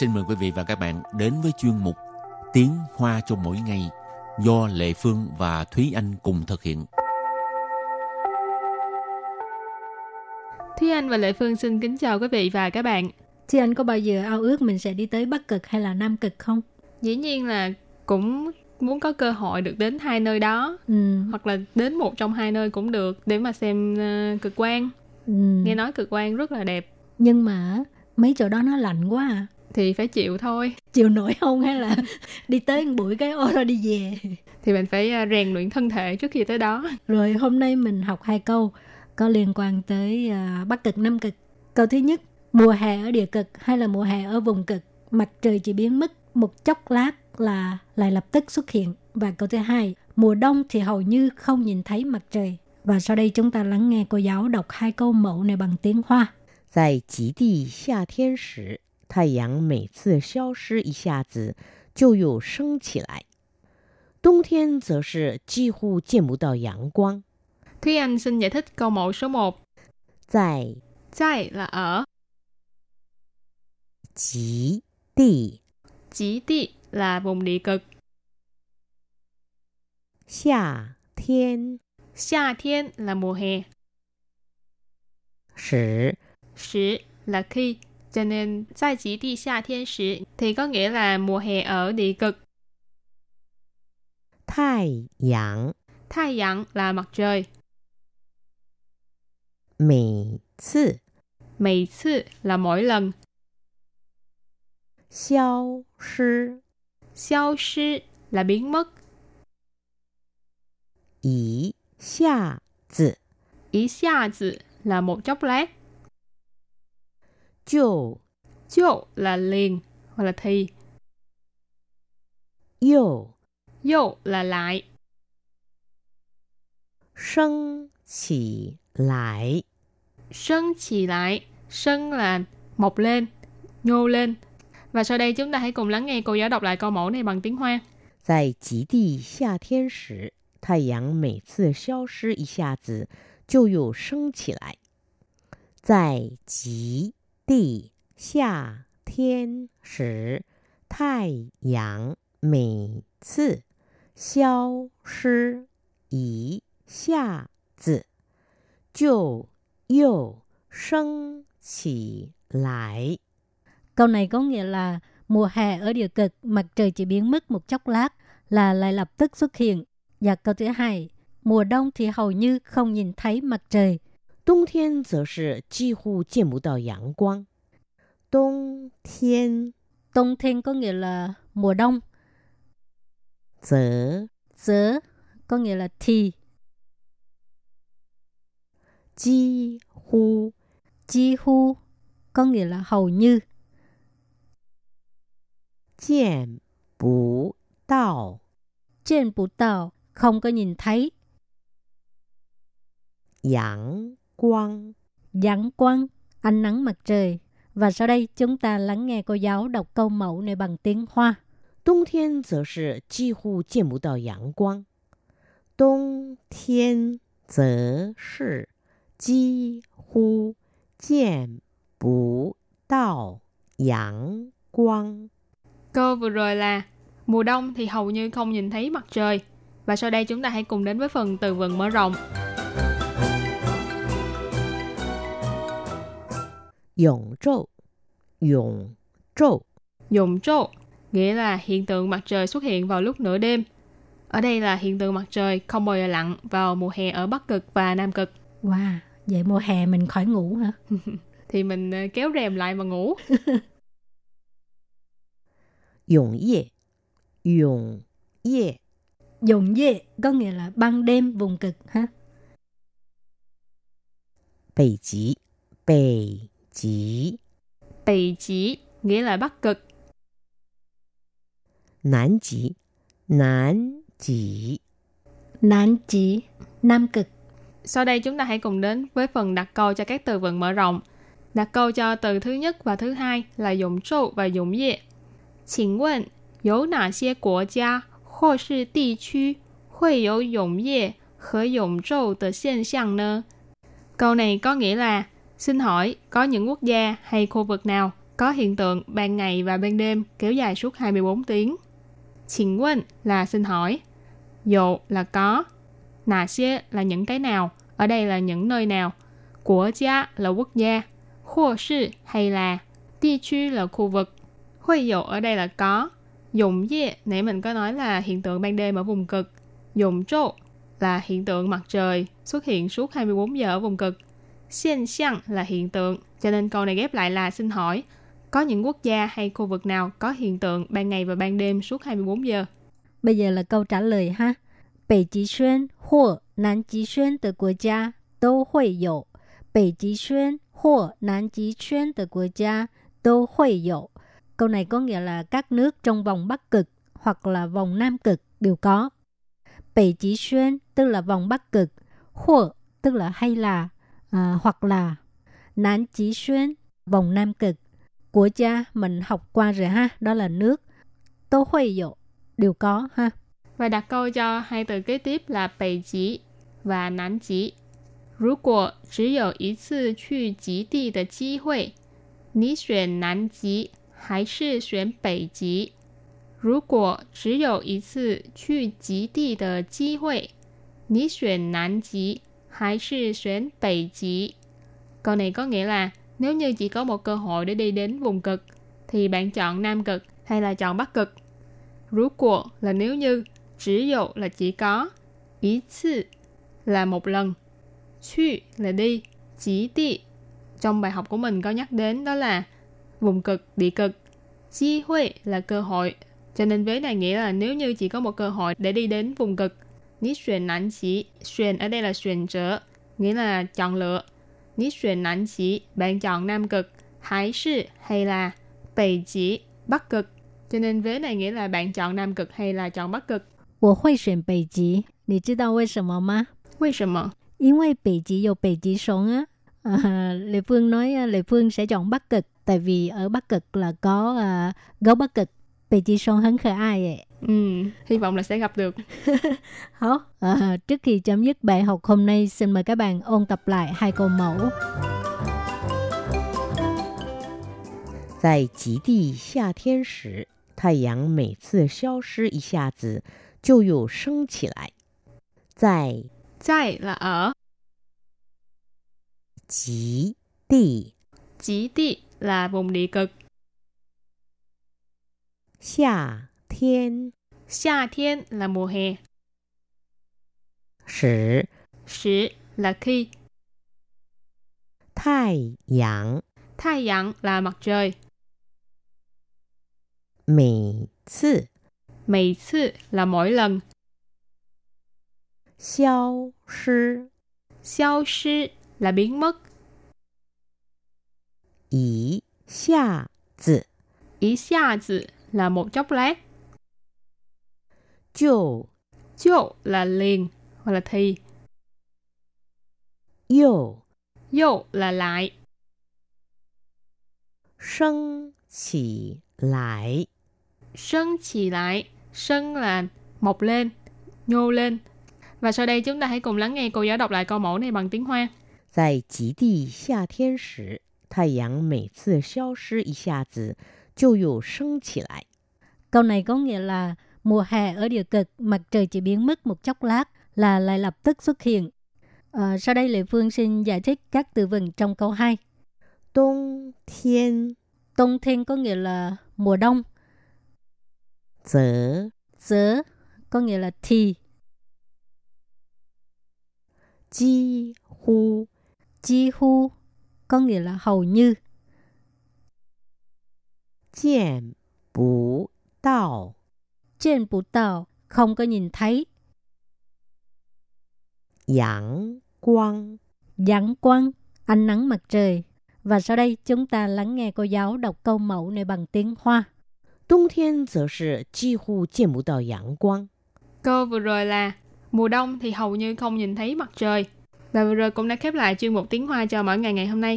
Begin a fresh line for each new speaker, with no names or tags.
xin mời quý vị và các bạn đến với chuyên mục Tiếng Hoa cho mỗi ngày do Lệ Phương và Thúy Anh cùng thực hiện.
Thúy Anh và Lệ Phương xin kính chào quý vị và các bạn.
Chị anh có bao giờ ao ước mình sẽ đi tới Bắc Cực hay là Nam Cực không?
Dĩ nhiên là cũng muốn có cơ hội được đến hai nơi đó
Ừ.
hoặc là đến một trong hai nơi cũng được để mà xem ờ, cực quang.
ừ.
Nghe nói cực quang rất là đẹp
Nhưng mà mấy chỗ đó nó lạnh quá à.
thì phải chịu thôi.
Chịu nổi không hay là đi tới một buổi cái ô rồi đi về.
Thì mình phải ờ, rèn luyện thân thể trước khi tới đó.
Rồi hôm nay mình học hai câu có liên quan tới à, Bắc Cực, Nam Cực. Câu thứ nhất, mùa hè ở địa cực hay là mùa hè ở vùng cực, mặt trời chỉ biến mất một chốc lát là lại lập tức xuất hiện. Và câu thứ hai, mùa đông thì hầu như không nhìn thấy mặt trời. Và sau đây chúng ta lắng nghe cô giáo đọc hai câu mẫu này bằng tiếng Hoa.
在极地夏天时，太阳每次消失一下子，就又升起来；冬天则是几乎见不到阳光。
Thúy Anh xin giải thích câu mẫu số 1.
在
Zai là ở,
极地
chỉ đi là vùng địa cực,
夏天
xa thiên là mùa hè,
时，
时 là khi. Cho nên, tại chỉ đi xa thiên sĩ thì có nghĩa là mùa hè ở địa cực.
太阳
Thái dạng là mặt trời.
每次
Mày sư là mỗi lần.
消失
Xiao sư là biến mất.
一下子
Ý xa zi là một chốc lát.
就
Chô là liền hoặc là thì.
又
Yô là lại.
升起来。
Sân chỉ lại. Sân là mọc lên, nhô lên. Và sau đây chúng ta hãy cùng lắng nghe cô giáo đọc lại câu mẫu này bằng tiếng Hoa.
在极地夏天时，太阳每次消失一下子，就又升起来。在极地夏天时，太阳每次消失一下子，就又升起来。
Câu này có nghĩa là mùa hè ở địa cực mặt trời chỉ biến mất một chốc lát là lại lập tức xuất hiện. Và câu thứ hai, mùa đông thì hầu như không nhìn thấy mặt trời.
冬天则是几乎见不到阳光。冬天
Tông thiên có nghĩa là mùa đông,
则
giữa có nghĩa là thì,
几乎
chi hu có nghĩa là hầu như,
见不到
trên bù tàu không có nhìn thấy,
阳光。
giảng quang, ánh nắng mặt trời. Và sau đây chúng ta lắng nghe cô giáo đọc câu mẫu này bằng tiếng Hoa.
冬天则是几乎见不到阳光。冬天则是几乎见不到阳光。
Câu vừa rồi là mùa đông thì hầu như không nhìn thấy mặt trời. Và sau đây chúng ta hãy cùng đến với phần từ vựng mở rộng.
永昼，永昼。
Dùng trô nghĩa là hiện tượng mặt trời xuất hiện vào lúc nửa đêm. Ở đây là hiện tượng mặt trời không bao giờ lặn vào mùa hè ở Bắc Cực và Nam Cực.
Wow, vậy mùa hè mình khỏi ngủ hả?
Thì mình ờ, kéo rèm lại mà ngủ.
永夜，永夜
Dồn dê có nghĩa là ban đêm vùng cực ha.
北极，北极
Tỳ chỉ nghĩa là Bắc Cực.
南极，南极
Nán chỉ nam cực.
Sau đây chúng ta hãy cùng đến với phần đặt câu cho các từ vựng mở rộng. Đặt câu cho từ thứ nhất và thứ hai là dùng trâu và dùng dê. Xin vấn, có nà xie quốc gia hoặc là địa khu hội có dùng dê và dùng trâu de hiện象呢? Câu này có nghĩa là xin hỏi có những quốc gia hay khu vực nào có hiện tượng ban ngày và ban đêm kéo dài suốt 24 tiếng. Xin quên là xin hỏi, dụ là có, nà xie là những cái nào, ở đây là những nơi nào, của gia là quốc gia, khu sư hay là, địa khu là khu vực. Huy dụ ở đây là có, dùng ye nãy mình có nói là hiện tượng ban đêm ở vùng cực, dùng trô là hiện tượng mặt trời xuất hiện suốt 24 giờ ở vùng cực. Xiên xiang là hiện tượng, cho nên câu này ghép lại là xin hỏi, có những quốc gia hay khu vực nào có hiện tượng ban ngày và ban đêm suốt 24 giờ?
Bây giờ là câu trả lời ha.北极圈或南极圈的国家都会有。北极圈或南极圈的国家都会有。Câu này có nghĩa là các nước trong vòng Bắc Cực hoặc là vòng Nam Cực đều có.北极圈 tức là vòng Bắc Cực, hoặc tức là hay là à, hoặc là Nán Chí Xuyên, vòng Nam Cực. Quốc gia mình học qua rồi ha, đó là nước. Tô Huệ Dụ, đều có ha.
Và đặt câu cho hai từ kế tiếp là Bắc Chí và Nam Chí. 如果只有一次去极地的机会，你选南极还是选北极？如果只有一次去极地的机会，你选南极还是选北极？Câu này có nghĩa là nếu như chỉ có một cơ hội để đi đến vùng cực, thì bạn chọn Nam cực hay là chọn Bắc cực? Rú của là nếu như, chỉ dụ là chỉ có, ý次 là một lần, chu là đi, chỉ đi. Trong bài học của mình có nhắc đến đó là vùng cực, địa cực. Chi huệ là cơ hội, cho nên vế này nghĩa là nếu như chỉ có một cơ hội để đi đến vùng cực, ní xuyên nản chỉ, xuyên ở đây là xuyên trở, nghĩa là chọn lựa. Ní xuyên nản chỉ, bạn chọn Nam Cực, Hải Sư hay là Tây Chỉ, Bắc Cực. Cho nên vế này nghĩa là bạn chọn Nam Cực hay là chọn Bắc Cực.
我会选北极，你知道为什么吗？
Vì sao mà?
因为北极有北极熊啊。À, Lê Phương nói à, Lê Phương sẽ chọn Bắc Cực tại vì ở Bắc Cực là có à, gấu Bắc Cực.北极熊很可爱耶。
Ừ, hy vọng là sẽ gặp được.
Hả? À, trước khi chấm dứt bài học hôm nay, xin mời các bạn ôn tập lại hai câu mẫu.
在极地夏天时，太阳每次消失一下子，就又升起来。在
Tại là ở,
极地
chỉ địa là vùng địa cực,
夏天
xa thiên là mùa hè,
时，
sử là khi,
太阳
Thái dạng là mặt trời,
每次
Mày sư là mỗi lần,
消失
Xiao sư là biến mất,
一下子
Ý xa zi là một chốc lát,
就
Chô là liền hoặc là thì,
又
Yô là lại,
升起来。
Sân chỉ lại, Sân là mọc lên, nhô lên. Và sau đây chúng ta hãy cùng lắng nghe cô giáo đọc lại câu mẫu này bằng tiếng Hoa.
在极地夏天时，太阳每次消失一下子，就又升起来。
Câu này có nghĩa là mùa hè ở địa cực, mặt trời chỉ biến mất một chốc lát là lại lập tức xuất hiện. Ờ, sau đây Lệ Phương xin giải thích các từ vựng trong câu 2.
冬天
Tông thiên có nghĩa là mùa đông,
则
giữa có nghĩa là thì,
几乎
chi hu có nghĩa là hầu như,
见不到
trên bù tàu không có nhìn thấy,
阳光。
giảng quang, ánh nắng mặt trời. Và sau đây chúng ta lắng nghe cô giáo đọc câu mẫu này bằng tiếng Hoa.
冬天则是几乎见不到阳光。
Câu vừa rồi là mùa đông thì hầu như không nhìn thấy mặt trời. Và vừa rồi cũng đã khép lại chuyên mục tiếng Hoa cho mỗi ngày ngày hôm nay.